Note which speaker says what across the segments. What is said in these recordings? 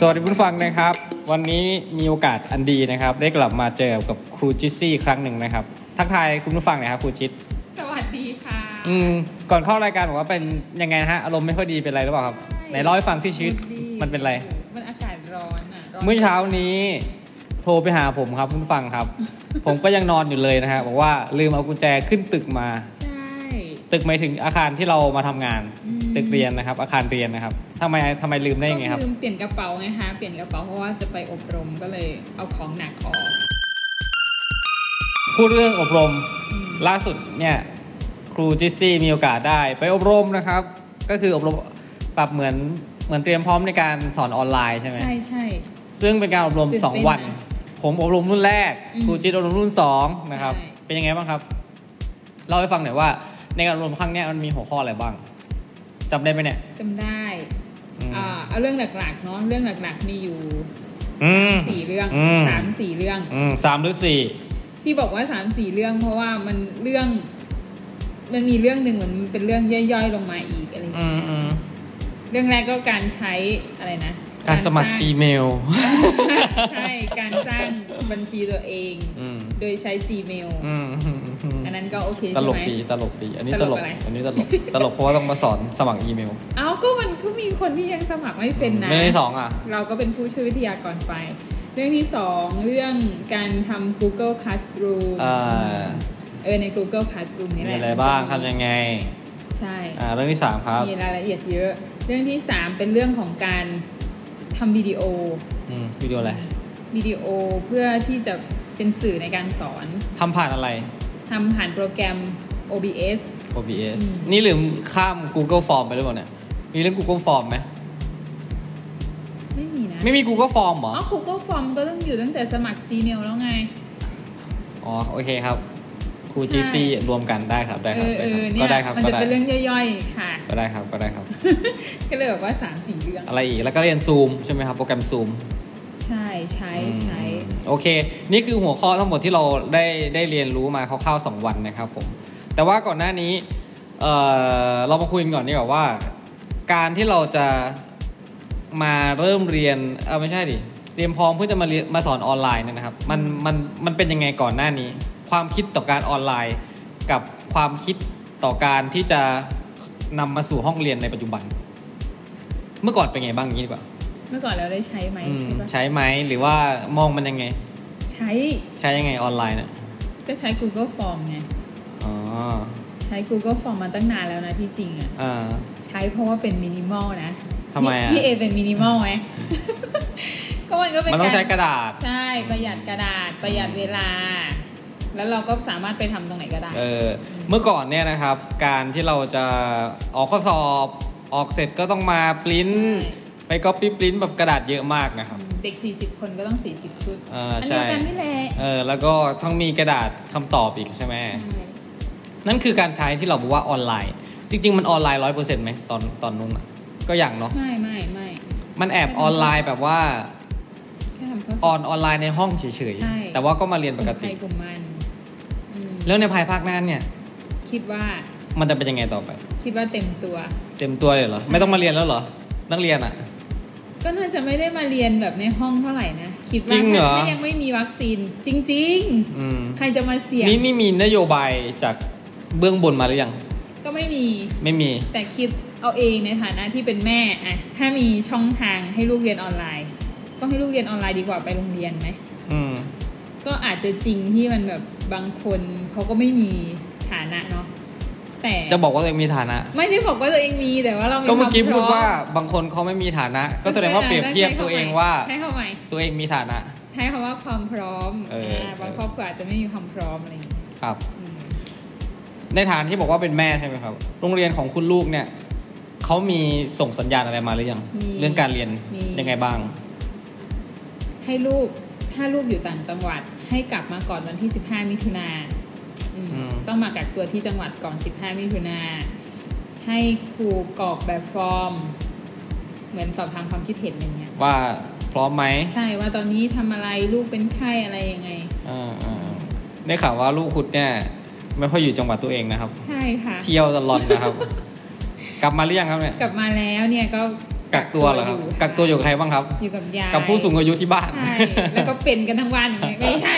Speaker 1: สวัสดีผู้ฟังนะครับ วันนี้มีโอกาสอันดีนะครับ ได้กลับมาเจอกับครูจิซซี่ครั้งหนึ่งนะครับ ทักทายคุณผู้ฟังหน่อยครับครูจิต
Speaker 2: สวัสดีค่ะ
Speaker 1: อืมก่อนเข้ารายการบอกว่าเป็นยังไงนะฮะอารมณ์ไม่ค่อยดีเป็นไรหรือเปล่าครับไหนเล่าให้ฟังที่ชีวิต
Speaker 2: ดี
Speaker 1: มันเป็นไร
Speaker 2: มันอากาศร้อนอ่ะร้น
Speaker 1: เมื่อเช้านี้โทรไปหาผมครับคุณผู้ฟัง ครับ ผมก็ยังนอนอยู่เลยนะฮะบอกว่าลืมเอากุญแจขึ้นตึกมา
Speaker 2: ใช่
Speaker 1: ตึกหมายถึงอาคารที่เรามาทำงาน
Speaker 2: อืม
Speaker 1: ตึกเรียนนะครับ อาคารเรียนนะครับทำไมทำไมลืมได้ยังไงครับ
Speaker 2: ก็ลืมเปลี่ยนกระเป๋าไงคะ เปลี่ยนกระเป๋าเพราะว่าจะไปอบรมก็เลยเอาของหนักออก
Speaker 1: พูดเรื่องอบรม
Speaker 2: อืม
Speaker 1: ล่าสุดเนี่ยครูจิซซี่มีโอกาสได้ไปอบรมนะครับ ก็คืออบรมปรับเหมือนเหมือนเตรียมพร้อมในการสอนออนไลน์ใช่ไหม
Speaker 2: ใช่ใช่
Speaker 1: ซึ่งเป็นการอบรม
Speaker 2: ตื่นเต้น
Speaker 1: 2 วัน
Speaker 2: นะ
Speaker 1: ผมอบรมรุ่นแรก
Speaker 2: อืม
Speaker 1: ครูจิตอบรมรุ่น2นะครับ
Speaker 2: ใช่
Speaker 1: เป็นยังไงบ้างครับเล่าให้ฟังหน่อยว่า ในการอบรมครั้งเนี้ยมันมีหัวข้ออะไรบ้างจำได้ไหมเนี่ย
Speaker 2: จำได้
Speaker 1: อืม
Speaker 2: อ่าเอาเรื่องหลักๆเนาะ เรื่องหลักๆมีอยู่
Speaker 1: อืม
Speaker 2: สี่เรื่อง
Speaker 1: ม
Speaker 2: สามสี่เรื่อง
Speaker 1: อืมสามหรือสี่
Speaker 2: ที่บอกว่าสามสี่เรื่อง เพราะว่ามันเรื่อง มันมีเรื่องหนึ่งเหมือนมันเป็นเรื่องย่อยๆลงมาอีกอะไรอย่าง
Speaker 1: อื
Speaker 2: เงี้ย
Speaker 1: มอืม
Speaker 2: เรื่องแรกก็การใช้อะไรนะ
Speaker 1: การสมัคร
Speaker 2: าง
Speaker 1: Gmail
Speaker 2: ใช่ การสร้างบัญชีตัวเอง
Speaker 1: อืม
Speaker 2: โดยใช้ Gmail
Speaker 1: อืมอืมอืมอืม
Speaker 2: อันนั้นก็โอเค
Speaker 1: ต
Speaker 2: ใช่
Speaker 1: ลก
Speaker 2: ไหม
Speaker 1: ดีตลกดี อันนี้ต
Speaker 2: ต
Speaker 1: ล
Speaker 2: ล
Speaker 1: ก
Speaker 2: กอะไร
Speaker 1: อันนี้ตลก ตลกเพราะว่าต้องมาสอนสมัครอีเมล
Speaker 2: เอ้าก็มันก็มีคนที่ยังสมัครไม่เป็นนะ
Speaker 1: ไม่ได้สองอ่ะ
Speaker 2: เราก็เป็นผู้ช่วยวิทยากรไป เรื่องที่สองเรื่องการทำ Google Classroom
Speaker 1: เอ่อ
Speaker 2: เออใน Google Classroom นี่
Speaker 1: มี
Speaker 2: แหละ
Speaker 1: อะไรบ้างทำยังไง
Speaker 2: ใช่
Speaker 1: อ่า เรื่องที่สามครับ
Speaker 2: มีรายละเอียดเยอะ เรื่องที่สามเป็นเรื่องของการทำวิดีโอ
Speaker 1: อืมวิดีโออะไร
Speaker 2: วิดีโอเพื่อที่จะเป็นสื่อในการสอน
Speaker 1: ทำผ่านอะไร
Speaker 2: ทำผ่านโปรแกรม OBS
Speaker 1: OBS นี่ลืมข้าม Google Form ไปหรือเปล่าเนี่ย มีเรื่อง Google Form ไหม
Speaker 2: ไม่มีนะ
Speaker 1: ไม่มี Google Form เหรอ
Speaker 2: อ๋อ Google Form ก็ต้องอยู่ตั้งแต่สมัคร Gmail แล้วไง
Speaker 1: อ๋อ โอเคครับ ครู
Speaker 2: ใช่
Speaker 1: GC รวมกันได้ครับ ได้
Speaker 2: เอ
Speaker 1: ครับ
Speaker 2: อเอ
Speaker 1: ได้ค
Speaker 2: อ
Speaker 1: รับ
Speaker 2: เนี่
Speaker 1: ก็
Speaker 2: ย
Speaker 1: ได้ครับก็
Speaker 2: มันจะ
Speaker 1: ได้
Speaker 2: เป็นเรื่องย่อยๆ ค่ะ
Speaker 1: ก็ได้ครับ ก็ได้ครับ
Speaker 2: ก็เลยแบบว่า 3 4 เรื่อง
Speaker 1: อะไรอีก แล้วก็เรียน Zoom ใช่ไหมครับ โปรแกรม Zoom
Speaker 2: ใช่ใช้ใช้
Speaker 1: โอเค นี่คือหัวข้อทั้งหมดที่เราได้ได้เรียนรู้มาคร่าวๆ2วันนะครับผม แต่ว่าก่อนหน้านี้เอ่อเรามาคุยกันก่อนนี่แบบว่า การที่เราจะมาเริ่มเรียนเออไม่ใช่ดิเตรียมพร้อมเพื่อจะมาเรียนมาสอนออนไลน์เนยนะครับ มันมันมันเป็นยังไงก่อนหน้านี้ ความคิดต่อการออนไลน์ กับความคิดต่อการที่จะนำมาสู่ห้องเรียนในปัจจุบัน เมื่อก่อนเป็นไงบ้างอย่างนี้ดีกว่า
Speaker 2: เมื่อก่อนเราได้ใช้ไหม
Speaker 1: อืม
Speaker 2: ใช่ปะ
Speaker 1: ใช้ไหมหรือว่ามองมันยังไง
Speaker 2: ใช้
Speaker 1: ใช้ยังไงออนไลน์เนี่ย
Speaker 2: ก็ใช้ Google Form ไง
Speaker 1: อ๋อ
Speaker 2: ใช้ Google Form มาตั้งนานแล้วนะที่จริงอะ
Speaker 1: อ่า
Speaker 2: ใช้เพราะว่าเป็นมินิมอลนะ
Speaker 1: ทำไมอะ
Speaker 2: พี่พี่เอเป็นมินิมอลไหม ก็มันก็เป็น
Speaker 1: มันต้องใช้กระดาษ
Speaker 2: ใช่ประหยัดกระดาษประหยัดเวลา แล้วเราก็สามารถไปทำตรงไหนก็ได้
Speaker 1: เออ เมื่อก่อนเนี่ยนะครับ การที่เราจะออกข้อสอบ ออกเสร็จก็ต้องมาปริ้น
Speaker 2: ใช่
Speaker 1: ไปก๊อปปี้ปริ้นแบบกระดาษเยอะมากนะครับ
Speaker 2: เด็ก 40 คนก็ต้อง 40 ชุด
Speaker 1: อ่า
Speaker 2: อัน
Speaker 1: ใช่
Speaker 2: เดียวกันนี่แหละ
Speaker 1: เออ แล้วก็ต้องมีกระดาษคำตอบอีกใช่ไหม
Speaker 2: ใช่
Speaker 1: นั่นคือการใช้ที่เราบอกว่าออนไลน์ จริง ๆ มันออนไลน์ร้อยเปอร์เซ็นต์ไหมตอนตอนนู้นอะก็อย่างเนาะ
Speaker 2: ไม่ไม่ไม่
Speaker 1: มันแอบออนไลน์แบบว่า
Speaker 2: แค่ทำข้อส
Speaker 1: อ
Speaker 2: อ
Speaker 1: อบ นออนไลน์ในห้องเฉย
Speaker 2: ใช่
Speaker 1: ๆ แต่ว่าก็มาเรียนปกติ
Speaker 2: ใครกลุ่มมันอืม
Speaker 1: แล้วในภายภาคหน้าเนี่ย
Speaker 2: คิดว่า
Speaker 1: มันจะเป็นยังไงต่อไป
Speaker 2: คิดว่าเต็มตัว
Speaker 1: เต็มตัวเลยเหรอ ไม่ต้องมาเรียนแล้วเหรอ นักเรียนอ่ะ
Speaker 2: ก็น่าจะไม่ได้มาเรียนแบบในห้องเท่าไหร่นะ คิดว่า
Speaker 1: จริงเหรอ
Speaker 2: ถ้ายังไม่มีวัคซีน จริง
Speaker 1: อืม
Speaker 2: ๆ ใครจะมาเสี่ยง
Speaker 1: นี่นี่มีนโยบายจากเบื้องบนมาหรือยัง
Speaker 2: ก็ไม่มี
Speaker 1: ไม่มี
Speaker 2: แต่คิดเอาเองในฐานะที่เป็นแม่อะถ้ามีช่องทางให้ลูกเรียนออนไลน์ ก็ให้ลูกเรียนออนไลน์ดีกว่าไปโรงเรียนไหม
Speaker 1: อืม
Speaker 2: ก็อาจจะจริงที่มันแบบบางคนเขาก็ไม่มีฐานะเนาะแต่
Speaker 1: จะบอกว่าตัวเองมีฐานะ
Speaker 2: ไม่ได้บอกว่าตัวเองมีแต่ว่าเรามี
Speaker 1: ก็เมื่อกี้พูดว่า
Speaker 2: ควม
Speaker 1: บางคนเขาไม่มีฐานะ
Speaker 2: พร้อม
Speaker 1: ก็แสดงว่าเปรียบเทียบตัวเองว่า
Speaker 2: ใช้คำใหม่
Speaker 1: ตัวเองมีฐานะ
Speaker 2: ใช้คำว่าความพร้อม
Speaker 1: เอออ่
Speaker 2: าบางครอบครัวอาจจะไม่มีความพร้อมอะไรอย่างงี้
Speaker 1: ครับ
Speaker 2: อืม
Speaker 1: ในฐานที่บอกว่าเป็นแม่ใช่ไหมครับ โรงเรียนของคุณลูกเนี่ย เขามีส่งสัญญาณอะไรมาหรือยัง
Speaker 2: มี
Speaker 1: เรื่องการเรียน
Speaker 2: มี
Speaker 1: ยังไงบ้าง
Speaker 2: ให้ลูกถ้าลูกอยู่ต่างจังหวัด ให้กลับมาก่อนวันที่ 15 มิถุนาอืม
Speaker 1: อืม
Speaker 2: ต้องมากักตัวที่จังหวัดก่อน 15 มิถุนาให้ครูกรอกแบบฟอร์ม เหมือนสอบถามความคิดเห็นอย่างเงี้ย
Speaker 1: ว่าพร้อมไหม
Speaker 2: ใช่ว่าตอนนี้ทำอะไรลูกเป็นไข้อะไรยังไง
Speaker 1: อ่าอ่าได้ข่าวว่าลูกคุณเนี่ยไม่ค่อยอยู่จังหวัดตัวเองนะครับ
Speaker 2: ใช่ค่ะ
Speaker 1: เที่ยวตลอดนะครับ กลับมาหรือยังครับเนี่ย
Speaker 2: กลับมาแล้วเนี่ยก็
Speaker 1: กักตัวเหรอครับ กักตัวอยู่กับใครบ้างครับ
Speaker 2: อยู่กับยาย
Speaker 1: กับผู้สูงอายุที่บ้าน
Speaker 2: ใช่แล้วก็เป็นกันทั้งวันอย่างเงี้ยไม่ใช่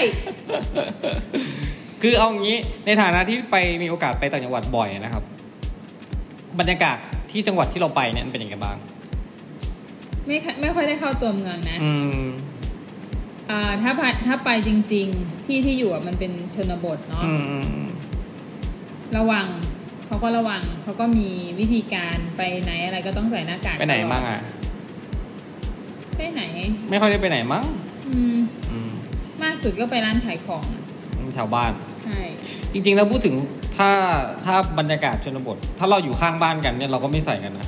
Speaker 1: คือเอางี้ในฐานะที่ไปมีโอกาสไปต่างจังหวัดบ่อยนะครับ บรรยากาศที่จังหวัดที่เราไปเนี่ยมันเป็นยังไงบ้าง
Speaker 2: ไม่ค่อยไม่ค่อยได้เข้าตัวเมืองนะ
Speaker 1: อืม
Speaker 2: อ่าถ้าไปถ้าไปจริง ๆ ที่ที่อยู่อะมันเป็นชนบทเนาะ
Speaker 1: อืมอืมอืม
Speaker 2: ระวังเขาก็ระวังเขาก็มีวิธีการไปไหนอะไรก็ต้องใส่หน้ากาก
Speaker 1: ไปไหนบ้างอ่ะ
Speaker 2: ไปไหน
Speaker 1: ไม่ค่อยได้ไปไหนมั้ง
Speaker 2: อืม
Speaker 1: อืม
Speaker 2: มากสุดก็ไปร้านขายของอะ
Speaker 1: แถวบ้าน
Speaker 2: ใช่
Speaker 1: จริงๆแล้วพูดถึงถ้าถ้าบรรยากาศชนบท ถ้าเราอยู่ข้างบ้านกันเนี่ยเราก็ไม่ใส่กันนะ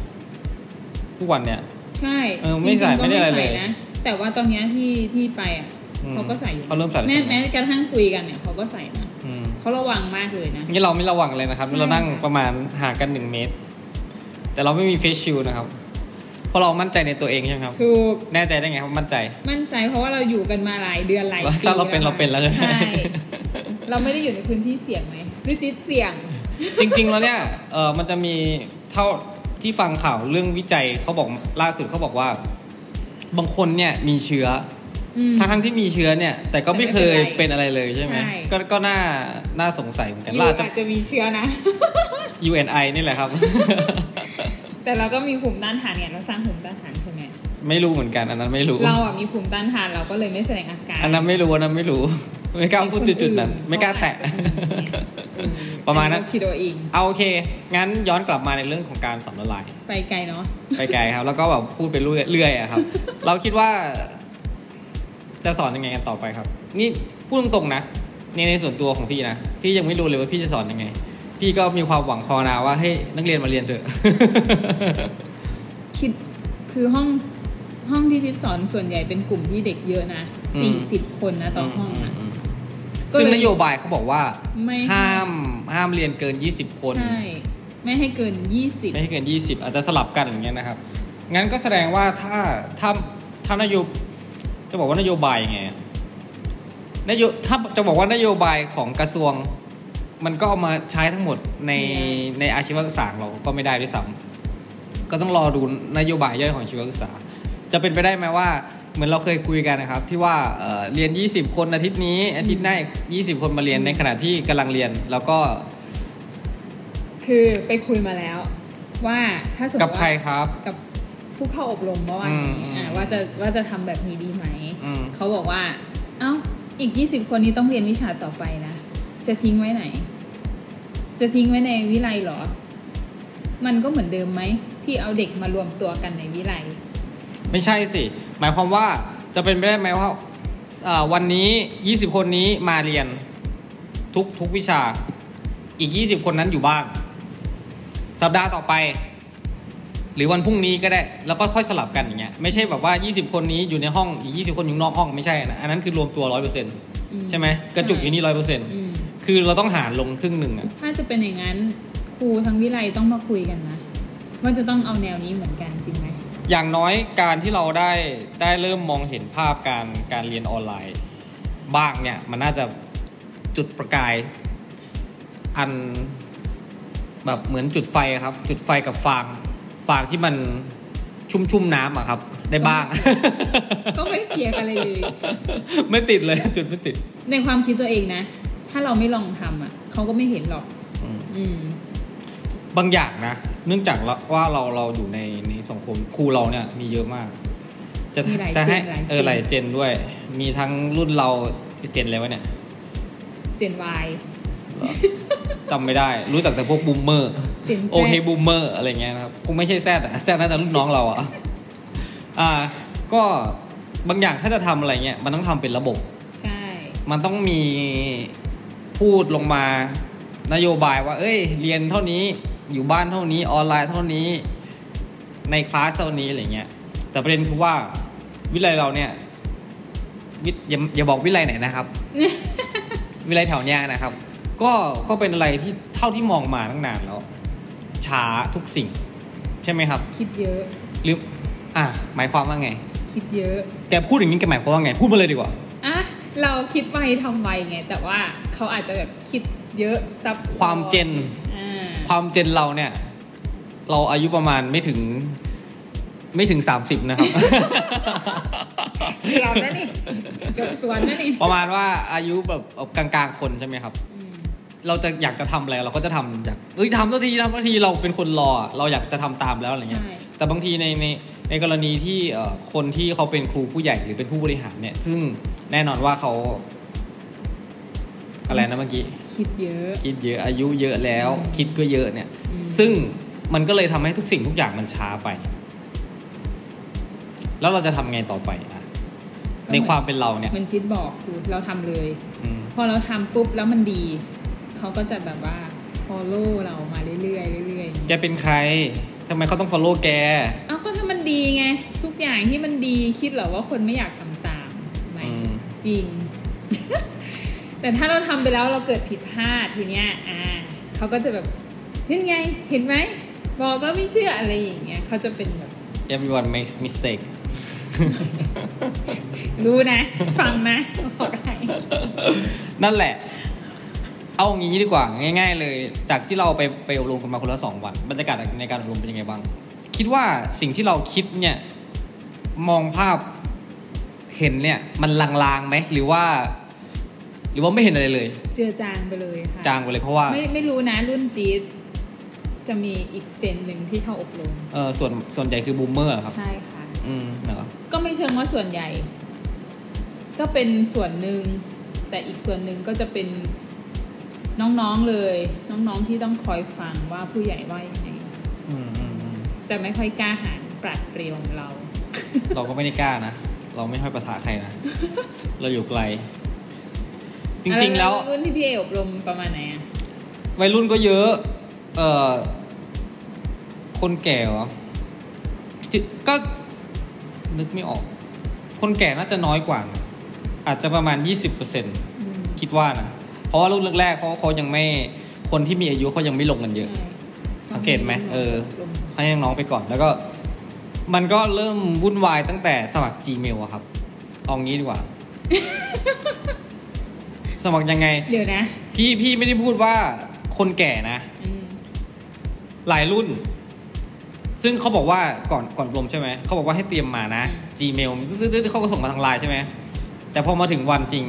Speaker 1: ทุกวันเนี่ย
Speaker 2: ใช่
Speaker 1: เออไม่ใส่
Speaker 2: จงๆก็
Speaker 1: ไม่ได้อะไรเลย
Speaker 2: นะแต่ว่าตอนเนี้ยที่ที่ไปอ่ะ
Speaker 1: อืม
Speaker 2: เขาก็ใส่อยู่
Speaker 1: เขาเริ่มใส่แล้ว
Speaker 2: แม้
Speaker 1: ใช่ไหม
Speaker 2: แม้กระทั่งคุยกันเนี่ยเขาก็ใส่นะ
Speaker 1: อืม
Speaker 2: เขาระวังมากเลยนะ
Speaker 1: นี่เราไม่ระวังเลยนะครับ
Speaker 2: ใช่
Speaker 1: เรานั่งประมาณห่างกันหนึ่งเมตร แต่เราไม่มีเฟซชิลนะครับเพราะเรามั่นใจในตัวเองใช่ไหมครับ
Speaker 2: ถูก
Speaker 1: แน่ใจได้ไงครับมั่นใจ
Speaker 2: มั่นใจเพราะว่าเราอยู่กันมาหลายเดือนหลายปี
Speaker 1: ถ้าเราเป็นเราเป็นแล้วใช่ไหม
Speaker 2: ใช่เราไม่ได้อยู่ในพื้นที่เสี่ยงไหมหรือจิตเสี่ยง
Speaker 1: จริงๆ แล้วเนี่ยเออมันจะมีเท่าที่ฟังข่าวเรื่องวิจัยเขาบอกล่าสุดเขาบอกว่า บางคนเนี่ยมีเชื้อ
Speaker 2: อื
Speaker 1: อ
Speaker 2: ม
Speaker 1: ทั้งทั้งๆที่มีเชื้อเนี่ย แต่ก็ไม่เคยเป็นอะไรเลยใช่ไหม
Speaker 2: ใช่
Speaker 1: ก็ก็น่าน่าสงสัยเหมือนกัน
Speaker 2: อยู่
Speaker 1: ล่าจะ
Speaker 2: อาจจะมีเชื้อนะ
Speaker 1: UNI นี่แหละครับ
Speaker 2: แต่เราก็มีภูมิต้านทานเนี่ยเราสร้างภูมิต้านทานใช่ไหม
Speaker 1: ไม่รู้เหมือนกันอันนั้นไม่รู้
Speaker 2: เราอ่ะมีภูมิต้านทานเราก็เลยไม่แสดงอาการ
Speaker 1: อันนั้นไม่รู้อันนั้นไม่รู้ ไม่กล้าพูดจุดๆนั้น ไม่กล้าแตะ
Speaker 2: เออ
Speaker 1: ประมาณนั้น
Speaker 2: เคิดเอาเอง
Speaker 1: เอาโอเค งั้นย้อนกลับมาในเรื่องของการสอนออนไลน์
Speaker 2: ไปไกลเนาะ
Speaker 1: ไปไกลครับ แล้วก็แบบพูดไปเรื่อยเรื่อยอะครับ เราคิดว่า จะสอนยังไงกันต่อไปครับ นี่พูดตรงๆนะในในส่วนตัวของพี่นะพี่ยังไม่รู้เลยว่าพี่จะสอนยังไง พี่ก็มีความหวังภาวนาว่าให้นักเรียนมาเรีย นเถอะ
Speaker 2: คิดคือห้องห้องที่ทิศสอนส่วนใหญ่เป็นกลุ่มที่เด็กเยอะนะ
Speaker 1: อืม
Speaker 2: สี่สิบคนนะต่อห้อง
Speaker 1: ม
Speaker 2: อะ
Speaker 1: ม
Speaker 2: ก็เลย
Speaker 1: ซึ่งนโยบายเขาบอกว่า
Speaker 2: ไม่
Speaker 1: ห้ามห้ามเรียนเกิน 20 คน
Speaker 2: ใช่ไม่ให้เกินยี่สิบ
Speaker 1: ไม่ให้เกิน 20 อาจจะสลับกันอย่างเงี้ยนะครับ งั้นก็แสดงว่าถ้าถ้าถ้านโยบจะบอกว่านโยบายยังไงอะนโยถ้าจะบอกว่านโยบายของกระทรวง มันก็เอามาใช้ทั้งหมดในในอาชีวศึกษาของเราก็ไม่ได้ด้วยซ้ำก็ต้องรอดูนโยบายย่อยของอาชีวศึกษา จะเป็นไปได้ไหมว่า เหมือนเราเคยคุยกันนะครับ ที่ว่าเอ่อเรียน 20 คนอาทิตย์นี้ อาทิตย์หน้าอีก20 คนมาเรียนในขณะที่กำลังเรียน แล้วก็
Speaker 2: คือไปคุยมาแล้ว ว่าถ้าสมม
Speaker 1: กับ
Speaker 2: ติ
Speaker 1: ใคร
Speaker 2: ว่า
Speaker 1: ครับ
Speaker 2: กับผู้เข้าอบรมเมื่อวานนี้
Speaker 1: อืม
Speaker 2: อ่ะ
Speaker 1: อืม
Speaker 2: ว่าจะว่าจะทำแบบนี้ดีไหม
Speaker 1: อืม
Speaker 2: เขาบอกว่า เอ้า อีก 20 คนนี้ต้องเรียนวิชาต่อไปนะ จะทิ้งไว้ไหน จะทิ้งไว้ในวิไลเหรอ มันก็เหมือนเดิมไหม ที่เอาเด็กมารวมตัวกันในวิไล
Speaker 1: ไม่ใช่สิ หมายความว่าจะเป็นไปได้ไหมว่าเอ่อวันนี้ 20 คนนี้มาเรียนทุกทุกวิชา อีก 20 คนนั้นอยู่บ้าน สัปดาห์ต่อไป หรือวันพรุ่งนี้ก็ได้ แล้วก็ค่อยสลับกันอย่างเงี้ย ไม่ใช่แบบว่า 20 คนนี้อยู่ในห้อง อีก 20 คนอยู่นอกห้องไม่ใช่นะ อันนั้นคือรวมตัว 100%ใช่ไหมกระจุกอยู่นี่ร้อยเปอร์เซ็นต์
Speaker 2: อืม
Speaker 1: คือเราต้องหารลงครึ่งหนึ่งอะ
Speaker 2: ถ้าจะเป็นอย่างนั้น ครูทั้งวิไลต้องมาคุยกันนะ ว่าจะต้องเอาแนวนี้เหมือนกันจริงไหม
Speaker 1: อย่างน้อยการที่เราได้ได้เริ่มมองเห็นภาพการการเรียนออนไลน์ บ้างเนี่ยมันน่าจะจุดประกาย อันแบบเหมือนจุดไฟอะครับ จุดไฟกับฟางฟางที่มันชุ่มชุ่มๆน้ำอะครับ ได้บ้าง
Speaker 2: ก็ไม่เกี่ยวกันเลยเลย
Speaker 1: ไม่ติดเลย จุดไม่ติด
Speaker 2: ในความคิดตัวเองนะ ถ้าเราไม่ลองทำอ่ะ เขาก็ไม่เห็นหรอก
Speaker 1: อืม
Speaker 2: อืม
Speaker 1: บางอย่างนะ เนื่องจากเราว่าเราเราอยู่ในในสังคมครูเราเนี่ยมีเยอะมาก จะ
Speaker 2: มีหลาย
Speaker 1: จะให้
Speaker 2: เจนหลายเจน
Speaker 1: เออหลายเจนด้วย มีทั้งรุ่นเราเจนอะไรวะเนี่ย
Speaker 2: เจนวาย
Speaker 1: เหรอจำไม่ได้ รู้จักแต่พวกบูมเมอร์
Speaker 2: เจน Z
Speaker 1: โอเคบูมเมอร์อะไรเงี้ยนะครับ คงไม่ใช่แซดอะแซดน่าจะรุ่นน้องเราอะอ่า ก็บางอย่างถ้าจะทำอะไรเงี้ย มันต้องทำเป็นระบบ
Speaker 2: ใช่
Speaker 1: มันต้องมีพูดลงมา นโยบายว่า เอ้ย เรียนเท่านี้ อยู่บ้านเท่านี้ ออนไลน์เท่านี้ ในคลาสเท่านี้อะไรเงี้ย แต่ประเด็นคือว่า วิไลเราเนี่ย วิอย่าอย่าบอกวิไลไหนนะครับ วิไลแถวเนี้ยนะครับ ก็ก็เป็นอะไรที่เท่าที่มองมาตั้งนานแล้ว ช้าทุกสิ่ง ใช่ไหมครับ
Speaker 2: คิดเยอะ
Speaker 1: หรืออ่ะหมายความว่าไง
Speaker 2: คิดเยอะ
Speaker 1: แกพูดอย่างนี้แกหมายความว่าไง พูดมาเลยดีกว่า
Speaker 2: อ่ะเราคิดไวทำไวไง แต่ว่าเขาอาจจะแบบคิดเยอะซับซ้อน
Speaker 1: ความเจน
Speaker 2: อ่า
Speaker 1: ความเจนเราเนี่ย เราอายุประมาณไม่ถึง ไม่ถึง 30 นะครับ
Speaker 2: เดี๋ยวนะ นี่เกิดสวนนะนี่
Speaker 1: ประมาณว่าอายุแบบกลางๆคนใช่ไหมครับ
Speaker 2: อืม
Speaker 1: เราจะอยากจะทำอะไรเราก็จะทำอยากเอ้ยทำสักทีทำสักทีเราเป็นคนรออะเราอยากจะทำตามแล้วอะไรเงี้ย
Speaker 2: ใช่
Speaker 1: แต่บางทีในในในกรณีที่เอ่อคนที่เขาเป็นครูผู้ใหญ่หรือเป็นผู้บริหารเนี่ย ซึ่งแน่นอนว่าเขา อะไรนะเมื่อกี้
Speaker 2: คิดเยอะ
Speaker 1: คิดเยอะอายุเยอะแล้ว
Speaker 2: อืม
Speaker 1: คิดก็เยอะเนี่ย
Speaker 2: อืม
Speaker 1: ซึ่งมันก็เลยทำให้ทุกสิ่งทุกอย่างมันช้าไป แล้วเราจะทำไงต่อไปอะในความเป็นเราเนี่ย
Speaker 2: เหมันจิตบอกคือเราทำเลย
Speaker 1: อืม
Speaker 2: พอเราทำปุ๊บแล้วมันดี เขาก็จะแบบว่า follow เรามาเรื่อยๆเรื่อย
Speaker 1: แกเป็นใครทำไมเขาต้อง follow แก
Speaker 2: ๆเอ้าก็ถ้ามันดีไง ทุกอย่างที่มันดีคิดเหรอว่าคนไม่อยากทำตามไหม
Speaker 1: อืม
Speaker 2: จริง แต่ถ้าเราทำไปแล้วเราเกิดผิดพลาดทีเนี้ย อ่าเขาก็จะแบบนี่ไง เห็นไหมบอกแล้วไม่เชื่ออะไรอย่างเงี้ยเขาจะเป็นแบบ
Speaker 1: everyone makes mistake
Speaker 2: รู้นะ ฟังนะบอกให้
Speaker 1: นั่นแหละ เอาอย่างนี้ดีกว่า ง่าย ๆ เลย จากที่เราไปไปอบรมกันมาคนละสองวันบรรยากาศในการอบรมเป็นยังไงบ้าง คิดว่าสิ่งที่เราคิดเนี่ย มองภาพเห็นเนี่ย มันลางๆไหมหรือว่า หรือว่าไม่เห็นอะไรเลย
Speaker 2: เจอจางไปเลยค่ะ
Speaker 1: จางไปเลยเพราะว่า
Speaker 2: ไม่ไม่รู้นะรุ่นจี๊ดจะมีอีกเจนหนึ่งที่เข้าอบรม
Speaker 1: เออส่วนส่วนใหญ่คือบูมเมอร์ครับ
Speaker 2: ใช่ค่ะ
Speaker 1: อืมเหรอ
Speaker 2: ก็ไม่เชิงว่าส่วนใหญ่ ก็เป็นส่วนหนึ่ง แต่อีกส่วนหนึ่งก็จะเป็นน้องๆเลย น้องๆที่ต้องคอยฟังว่าผู้ใหญ่ว่ายังไง
Speaker 1: อืมอืมอืม
Speaker 2: จะไม่ค่อยกล้าหาญปราดเปรียวเรา
Speaker 1: เราก็ไม่ได้กล้านะ เราไม่ค่อยประทะใครนะ เราอยู่ไกล จริงๆแล้ว
Speaker 2: รุ่นที่พี่เออบรมประมาณไหนอะ
Speaker 1: วัยรุ่นก็เยอะ เอ่อ คนแก่เหรอจิก็ นึกไม่ออก คนแก่น่าจะน้อยกว่านะอาจจะประมาณ 20%
Speaker 2: อืม
Speaker 1: คิดว่านะ เพราะว่ารุ่นแรกๆเขาเขายังไม่ คนที่มีอายุเขายังไม่ลงกันเยอะ
Speaker 2: ใช่
Speaker 1: สังเกตไหมเออ
Speaker 2: บรม
Speaker 1: ให้น้องๆไปก่อน แล้วก็ มันก็เริ่มวุ่นวายตั้งแต่สมัคร Gmail อะครับเอางี้ดีกว่า สมัครยังไง
Speaker 2: เดี๋ยวนะ
Speaker 1: พี่พี่ไม่ได้พูดว่าคนแก่นะ
Speaker 2: อืม
Speaker 1: หลายรุ่น ซึ่งเขาบอกว่าก่อนก่อนรวมใช่ไหม เขาบอกว่าให้เตรียมมานะ Gmail ซึ่งเขาก็ส่งมาทางไลน์ใช่ไหม แต่พอมาถึงวันจริง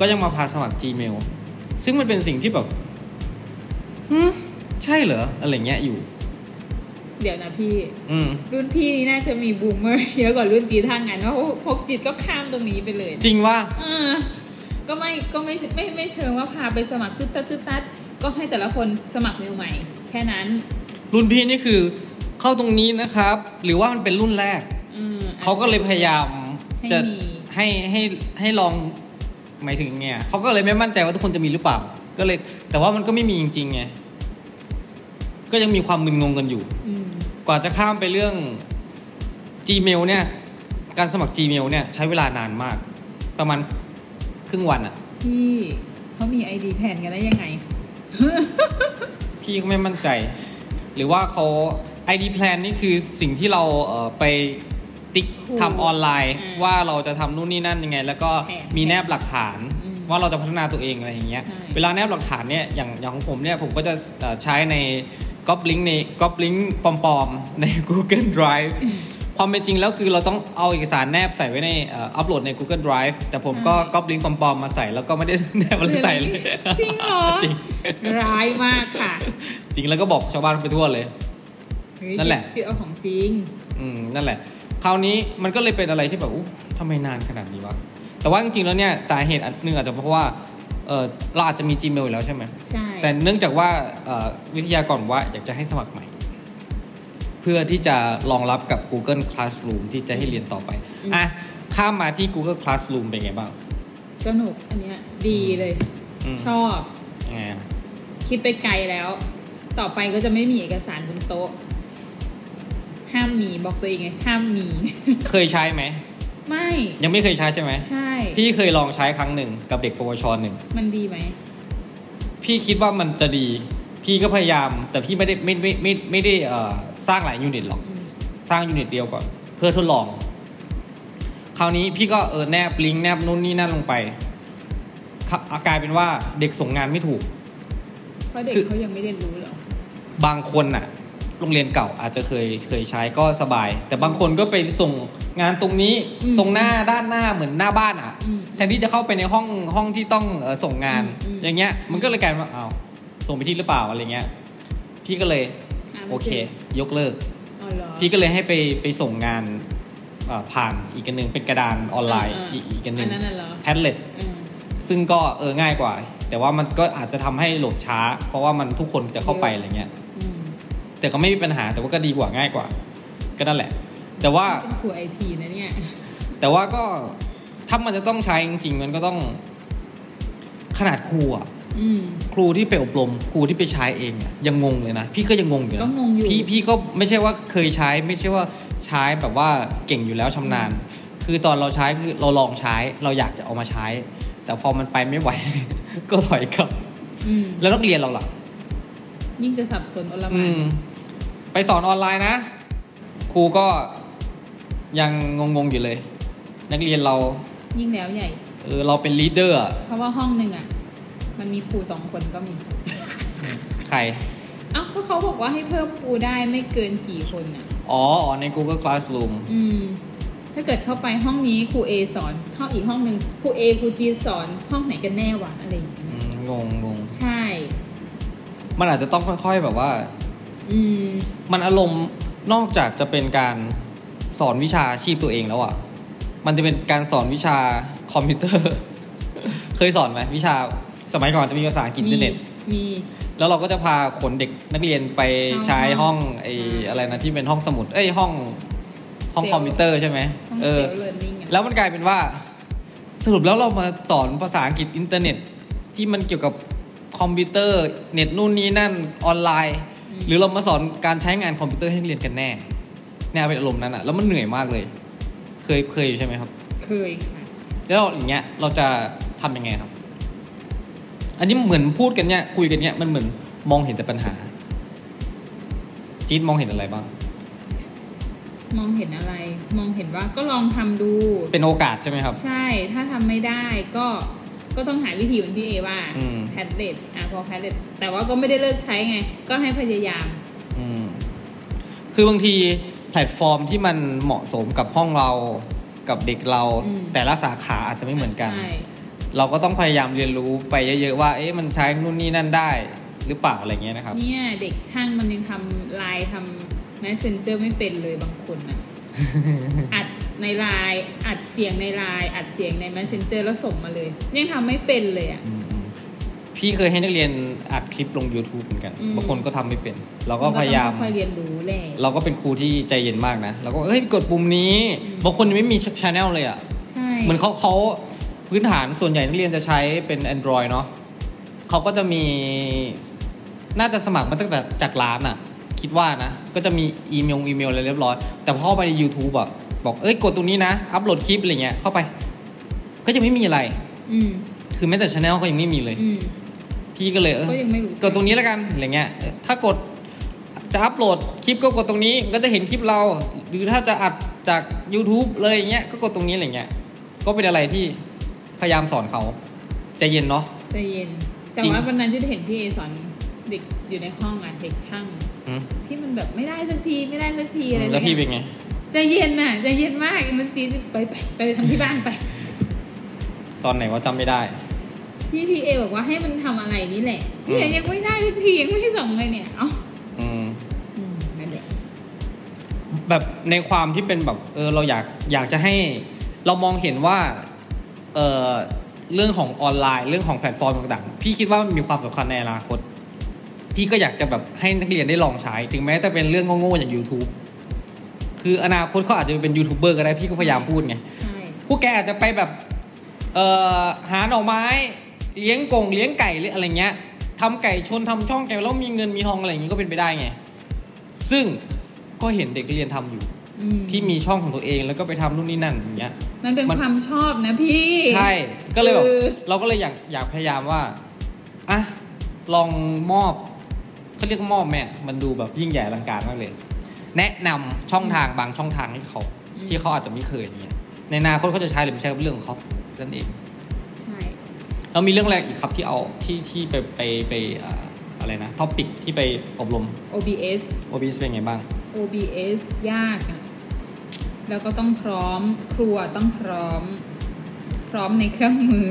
Speaker 1: ก็ยังมาพาสมัคร Gmail ซึ่งมันเป็นสิ่งที่แบบอืมใช่เหรอ อะไรเงี้ยอยู่
Speaker 2: เดี๋ยวนะพี่
Speaker 1: อืม
Speaker 2: รุ่นพี่นี่น่าจะมีบูมเมอร์เยอะกว่ารุ่นจีทางนั้นเพราะพกจิตก็ข้ามตรงนี้ไปเลย
Speaker 1: จริงว่า
Speaker 2: เออก็ไม่ก็ไม่ไม่ไม่เชิงว่าพาไปสมัครตึ๊ดตัดตึ๊ดตัดก็ให้แต่ละคนสมัครเมลใหม่ แค่นั้น
Speaker 1: รุ่นพี่นี่คือ เข้าตรงนี้นะครับ หรือว่ามันเป็นรุ่นแรก
Speaker 2: อืม
Speaker 1: เขาก็เลยพยายามจะ
Speaker 2: ให้มี
Speaker 1: ให้ให้ให้ลองหมายถึงไงอะเขาก็เลยไม่มั่นใจว่าทุกคนจะมีหรือเปล่า ก็เลย แต่ว่ามันก็ไม่มีจริงๆไงก็ยังมีความมึนงงกันอยู่
Speaker 2: อืม
Speaker 1: กว่าจะข้ามไปเรื่อง Gmail เนี่ย การสมัคร Gmail เนี่ย ใช้เวลานานมาก ประมาณครึ่งวันอะ
Speaker 2: พี่เขามีไอดีแผนกันได้ยังไง
Speaker 1: พี่ก็ไม่มั่นใจ หรือว่าเขา ID plan นี่คือสิ่งที่เราเอ่อไปติ๊ก
Speaker 2: ถูก
Speaker 1: ทำออนไลน์
Speaker 2: อ่า
Speaker 1: ว่าเราจะทำนู่นนี่นั่นยังไง แล้วก็
Speaker 2: แผน
Speaker 1: มีแนบหลักฐาน
Speaker 2: อืม
Speaker 1: ว่าเราจะพัฒนาตัวเองอะไรอย่างเงี้ย
Speaker 2: ใช่
Speaker 1: เวลาแนบหลักฐานเนี่ยอย่างอย่างของผมเนี่ยผมก็จะเอ่อใช้ในก๊อปลิงในก๊อปลิงปลอมๆ ใน Google Drive ความเป็นจริงแล้วคือเราต้องเอาเอกสารแนบใส่ไว้ในเอ่อัปโหลดใน Google Drive แต่ผมก็ก๊อปลิงปลอมๆมาใส่แล้วก็ไม่ได้ แนบอะไรใส่เลย
Speaker 2: จริงเหรอ
Speaker 1: จริง
Speaker 2: ร้ายมากค่ะ
Speaker 1: จริงแล้วก็บอกชาวบ้านไปทั่วเลย
Speaker 2: เฮ้ย
Speaker 1: นั่นแหละ
Speaker 2: จิตเอาของจริง
Speaker 1: อืมนั่นแหละ คราวนี้มันก็เลยเป็นอะไรที่แบบอู้ทำไมนานขนาดนี้วะ แต่ว่าจริงๆแล้วเนี่ยสาเหตุอันหนึ่งอาจจะเพราะว่าเออเราอาจจะมี Gmail อยู่แล้วใช่ไหม
Speaker 2: ใช่
Speaker 1: แต่เนื่องจากว่าเอ่อวิทยากรบอกว่าอยากจะให้สมัครใหม่ เพื่อที่จะรองรับกับ Google Classroom ที่จะให้เรียนต่อไปอ่ะข้ามมาที่ Google Classroom เป็นไงบ้าง
Speaker 2: สนุกอันเนี้ยดีเลย
Speaker 1: อืม
Speaker 2: ชอบ
Speaker 1: ยังไงอ่ะ
Speaker 2: คิดไปไกลแล้ว ต่อไปก็จะไม่มีเอกสารบนโต๊ะ ห้ามมีบอกตัวเองไงห้ามมี
Speaker 1: เคยใช้ไหม
Speaker 2: ไม่
Speaker 1: ยังไม่เคยใช้ใช่ไหม
Speaker 2: ใช่
Speaker 1: พี่เคยลองใช้ครั้งหนึ่งกับเด็กปวชหนึ่ง
Speaker 2: มันดีไหม
Speaker 1: พี่คิดว่ามันจะดี พี่ก็พยายาม แต่พี่ไม่ได้ไม่ไม่ไม่ไม่ได้เอ่อสร้างหลายยูนิตหรอก
Speaker 2: อืม
Speaker 1: สร้างยูนิตเดียวก่อน เพื่อทดลอง คราวนี้พี่ก็เออแนบลิงก์แนบนู่นนี่นั่นลงไปครับอ่ะกลายเป็นว่าเด็กส่งงานไม่ถูก
Speaker 2: เพราะเด็ก
Speaker 1: คือ
Speaker 2: เขายังไม่เรียนรู้หรอก
Speaker 1: บางคนน่ะ โรงเรียนเก่าอาจจะเคยเคยใช้ก็สบาย แต่บางคนก็ไปส่งงานตรงนี้
Speaker 2: อืม
Speaker 1: ตรงหน้าด้านหน้าเหมือนหน้าบ้านอ่ะ
Speaker 2: อืม
Speaker 1: แทนที่จะเข้าไปในห้องห้องที่ต้องเอ่อส่งงาน
Speaker 2: อืมอืม
Speaker 1: อย่างเงี้ยมันก็เลยกลายเป็นว่าอ้าวส่งไปที่หรือเปล่าอะไรเงี้ยพี่ก็เลย
Speaker 2: อ่ะ
Speaker 1: โอเค
Speaker 2: ไม่
Speaker 1: ยกเลิก
Speaker 2: อ๋อเหรอ
Speaker 1: พี่ก็เลยให้ไปไปส่งงานเอ่อผ่านอีกอันหนึ่งเป็นกระดานออนไลน์
Speaker 2: อ่าๆ
Speaker 1: อีกอีกอันหนึ่ง
Speaker 2: อันนั้นน่ะเหรอ
Speaker 1: แพดเล็ต
Speaker 2: อืม
Speaker 1: ซึ่งก็เออง่ายกว่า แต่ว่ามันก็อาจจะทำให้โหลดช้า เพราะว่ามันทุกคนจะเข้าไปอะไรเงี้ย
Speaker 2: อืม
Speaker 1: แต่ก็ไม่มีปัญหาแต่ว่าก็ดีกว่าง่ายกว่า ก็นั่นแหละ แต่ว่า
Speaker 2: เป็นครูไอทีนะเนี่ย
Speaker 1: แต่ว่าก็ถ้ามันจะต้องใช้จริงๆ มันก็ต้อง ขนาดครูอะ
Speaker 2: อืม
Speaker 1: ครูที่ไปอบรมครูที่ไปใช้เองอะยังงงเลยนะพี่ก็ยังงงอยู่นะ
Speaker 2: ก็งงอยู่
Speaker 1: พี่พี่ก็ไม่ใช่ว่าเคยใช้ ไม่ใช่ว่าใช้แบบว่าเก่งอยู่แล้วชำนาญ คือตอนเราใช้คือเราลองใช้ เราอยากจะเอามาใช้ แต่พอมันไปไม่ไหว ก็ถอยกลับ
Speaker 2: อืม
Speaker 1: แล้วนักเรียนเราล่ะ
Speaker 2: ยิ่งจะสับสนอลห
Speaker 1: อื
Speaker 2: มาน
Speaker 1: มไปสอนออนไลน์นะ ครูก็ยังงงๆอยู่เลย นักเรียนเรา
Speaker 2: ยิ่งแล้วใหญ่
Speaker 1: เออเราเป็นลีดเดอร์อะ
Speaker 2: เพราะว่าห้องหนึ่งอ่ะ มันมีครูสองคนก็มี
Speaker 1: ใคร
Speaker 2: เอ้าก็เขาบอกว่าให้เพิ่มครูได้ไม่เกินกี่คนอ่ะ
Speaker 1: อ๋ออ๋อใน Google Classroom
Speaker 2: อืม ถ้าเกิดเข้าไปห้องนี้ครู A สอนเข้าอีกห้องหนึ่งครู A ครู G สอนห้องไหนกันแน่วะอะไรอย่างเงี้ย
Speaker 1: อืมงงงง
Speaker 2: ใช่
Speaker 1: มันอาจจะต้องค่อยๆแบบว่า
Speaker 2: อืม
Speaker 1: มันอารมณ์นอกจากจะเป็นการสอนวิชาชีพตัวเองแล้วอะ่ะ มันจะเป็นการสอนวิชาคอมพิวเตอร์ เคยสอนไหมวิชาสมัยก่อนจะมีภาษาอังกฤษอินเทอร์เน็ต
Speaker 2: มี
Speaker 1: แล้วเราก็จะพาขนเด็กนักเรียนไปใช้ห้องไอ้
Speaker 2: อ่า
Speaker 1: อะไรนะที่เป็นห้องสมุดเอ้ยห้องห้อง
Speaker 2: เซลล์
Speaker 1: คอมพิวเตอร์ใช่ไหม
Speaker 2: ห้อง
Speaker 1: เอ
Speaker 2: เซล
Speaker 1: อ
Speaker 2: ล์เลิร์นนิ่งอ่ะ
Speaker 1: แล้วมันกลายเป็นว่า สรุปแล้วเรามาสอนภาษาอังกฤษอินเทอร์เน็ต ที่มันเกี่ยวกับคอมพิวเตอร์ เน็ตนู่นนี่นั่นออนไลน์ หรือเรามาสอนการใช้งานคอมพิวเตอร์ให้นักเรียนกันแน่แนวเป็นอารมณ์นั้นอะแล้วมันเหนื่อยมากเลย เคยเคยอยู่ใช่ไหมครับ
Speaker 2: เคยค่ะ
Speaker 1: แล้วเราอย่างเงี้ยเราจะทำยังไงครับ อันนี้เหมือนพูดกันเนี่ยคุยกันเนี่ยมันเหมือนมองเห็นแต่ปัญหา จี๊ดมองเห็นอะไรบ้าง
Speaker 2: มองเห็นอะไร มองเห็นว่าก็ลองทำดู
Speaker 1: เป็นโอกาสใช่ไหมครับ
Speaker 2: ใช่ ถ้าทำไม่ได้ก็ก็ต้องหาวิธีเหมือนพี่เอว่า
Speaker 1: อืม
Speaker 2: แพดเล็ตอ่ะพอแพดเล็ตแต่ว่าก็ไม่ได้เลิกใช้ไง ก็ให้พยายาม
Speaker 1: อืมคือบางทีแพลตฟอร์มที่มันเหมาะสมกับห้องเรากับเด็กเรา
Speaker 2: อืม
Speaker 1: แต่ละสาขาอาจจะไม่เหมือนกัน
Speaker 2: ใช่
Speaker 1: เราก็ต้องพยายามเรียนรู้ไปเยอะๆว่าเอ๊ะมันใช้นู่นนี่นั่นได้ หรือเปล่าอะไรเงี้ยนะครับ
Speaker 2: เนี่ยเด็กช่างมันยังทำไลน์ทำ messenger ไม่เป็นเลยบางคน อ่ะ อัดในไลน์อัดเสียงในไลน์อัดเสียงใน messenger แล้วส่งมาเลย ยังทำไม่เป็นเลยอ่ะ
Speaker 1: อืมอืมพี่เคยให้นักเรียนอัดคลิปลง YouTube เหมือนกัน
Speaker 2: อืม
Speaker 1: บางคนก็ทำไม่เป็น เราก็พยายาม
Speaker 2: นก็ต้องค่อยๆเรียนรู้แหละ
Speaker 1: เราก็เป็นครูที่ใจเย็นมากนะเราก็เอ้ยกดปุ่มนี้
Speaker 2: อืม
Speaker 1: บางคนยังไม่มีช n แนลเลยอะ่ะ
Speaker 2: ใช่
Speaker 1: เหมือนเขาเขาพื้นฐานส่วนใหญ่นักเรียนจะใช้เป็น Android เนาะเขาก็จะมีน่าจะสมัครมาตั้งแต่จากร้านอะ่ะ คิดว่านะ ก็จะมีอีเมลอีเมลอะไรเรียบร้อย แต่พอเข้าไปใน YouTube อะบอกเอ้ยกดตรงนี้นะ อัพโหลดคลิปอะไรเงี้ยเข้าไป ก็ยังไม่มีอะไร
Speaker 2: อืม
Speaker 1: คือแม้แต่ช n แนลก็ยังไม่มีเลย
Speaker 2: อืม
Speaker 1: พี่ก็เลยเออ
Speaker 2: ก็ยังไม่รู้
Speaker 1: กดตรงนี้แล้วกันอะไรเงี้ย ถ้ากดจะอัปโหลดคลิปก็กดตรงนี้ ก็จะเห็นคลิปเรา หรือถ้าจะอัดจาก YouTube เลยอย่างเงี้ย ก็กดตรงนี้อะไรเงี้ย ก็เป็นอะไรที่พยายามสอนเขาใจเย็นเนาะ
Speaker 2: ใจเย็น แต่
Speaker 1: จริง
Speaker 2: ว่าวันนั้นที่เห็นพี่เอสอนเด็กอยู่ในห้องอ่ะเด็กช่าง
Speaker 1: อืม
Speaker 2: ที่มันแบบไม่ได้สักทีไม่ได้สักทีอะไร
Speaker 1: แล้วพี่เป็
Speaker 2: งี้
Speaker 1: น
Speaker 2: ย
Speaker 1: ไง
Speaker 2: ใจเย็นน่ะใจเย็นมากมันจีดไปไปไปทำที่บ้านไป
Speaker 1: ตอนไหนว่าจำไม่ได้
Speaker 2: พี่พีเอบอกว่าให้มันทำอะไรนี่แหละพี่เอ
Speaker 1: อืม
Speaker 2: ยังไม่ได้สักทียังไม่ได้ส่งเลยเนี่ยเอ้า
Speaker 1: อืม
Speaker 2: อืมนั่นแหละ
Speaker 1: แบบในความที่เป็นแบบเออเราอยากอยากจะให้เรามองเห็นว่าเออเรื่องของออนไลน์เรื่องของแพลตฟอร์มต่างๆ พี่คิดว่ามันมีความสำคัญในอนาคต พี่ก็อยากจะแบบให้นักเรียนได้ลองใช้ ถึงแม้จะเป็นเรื่องโง่ๆอย่าง YouTube คืออนาคตเขาอาจจะเป็นยูทูบเบอร์ก็ได้พี่ก็พยายามพูดไง
Speaker 2: ใช่
Speaker 1: พวกแกอาจจะไปแบบเอ่อหาหน่อไม้เลี้ยงกงเลี้ยงไก่หรืออะไรเงี้ยทำไก่ชนทำช่องไก่แล้วมีเงินมีทองอะไรอย่างงี้ก็เป็นไปได้ไง ซึ่งก็เห็นเด็กนักเรียนทำอยู่
Speaker 2: อื
Speaker 1: ที่มีช่องของตัวเองแล้วก็ไปทำนู่นนี่นั่นอย่างเงี้ย
Speaker 2: มันเป็น
Speaker 1: มัน
Speaker 2: ความชอบนะพี่
Speaker 1: ใช่ก็เลยแบบ
Speaker 2: เออ
Speaker 1: เราก็เลยอยากอยากพยายามว่าอ่ะลองมอบเขาเรียกมอบแม่มันดูแบบยิ่งใหญ่อลังการมากเลย แนะนำช่องทางบางช่องทางที่เขาที่เขาอาจจะไม่เคยอย่างเงี้ยในอนาคตเขาจะใช้หรือไม่ใช้ก็เป็นเรื่องของเขานั่นเอง
Speaker 2: ใช่
Speaker 1: แล้วมีเรื่องอะไรอีกครับที่เอาที่ที่ไปไปไปอ่า อะไรนะท็อปิกที่ไปอบรม
Speaker 2: OBS
Speaker 1: OBS เป็นไงบ้าง
Speaker 2: OBS ยากอะแล้วก็ต้องพร้อม ครัวต้องพร้อม พร้อมในเครื่องมือ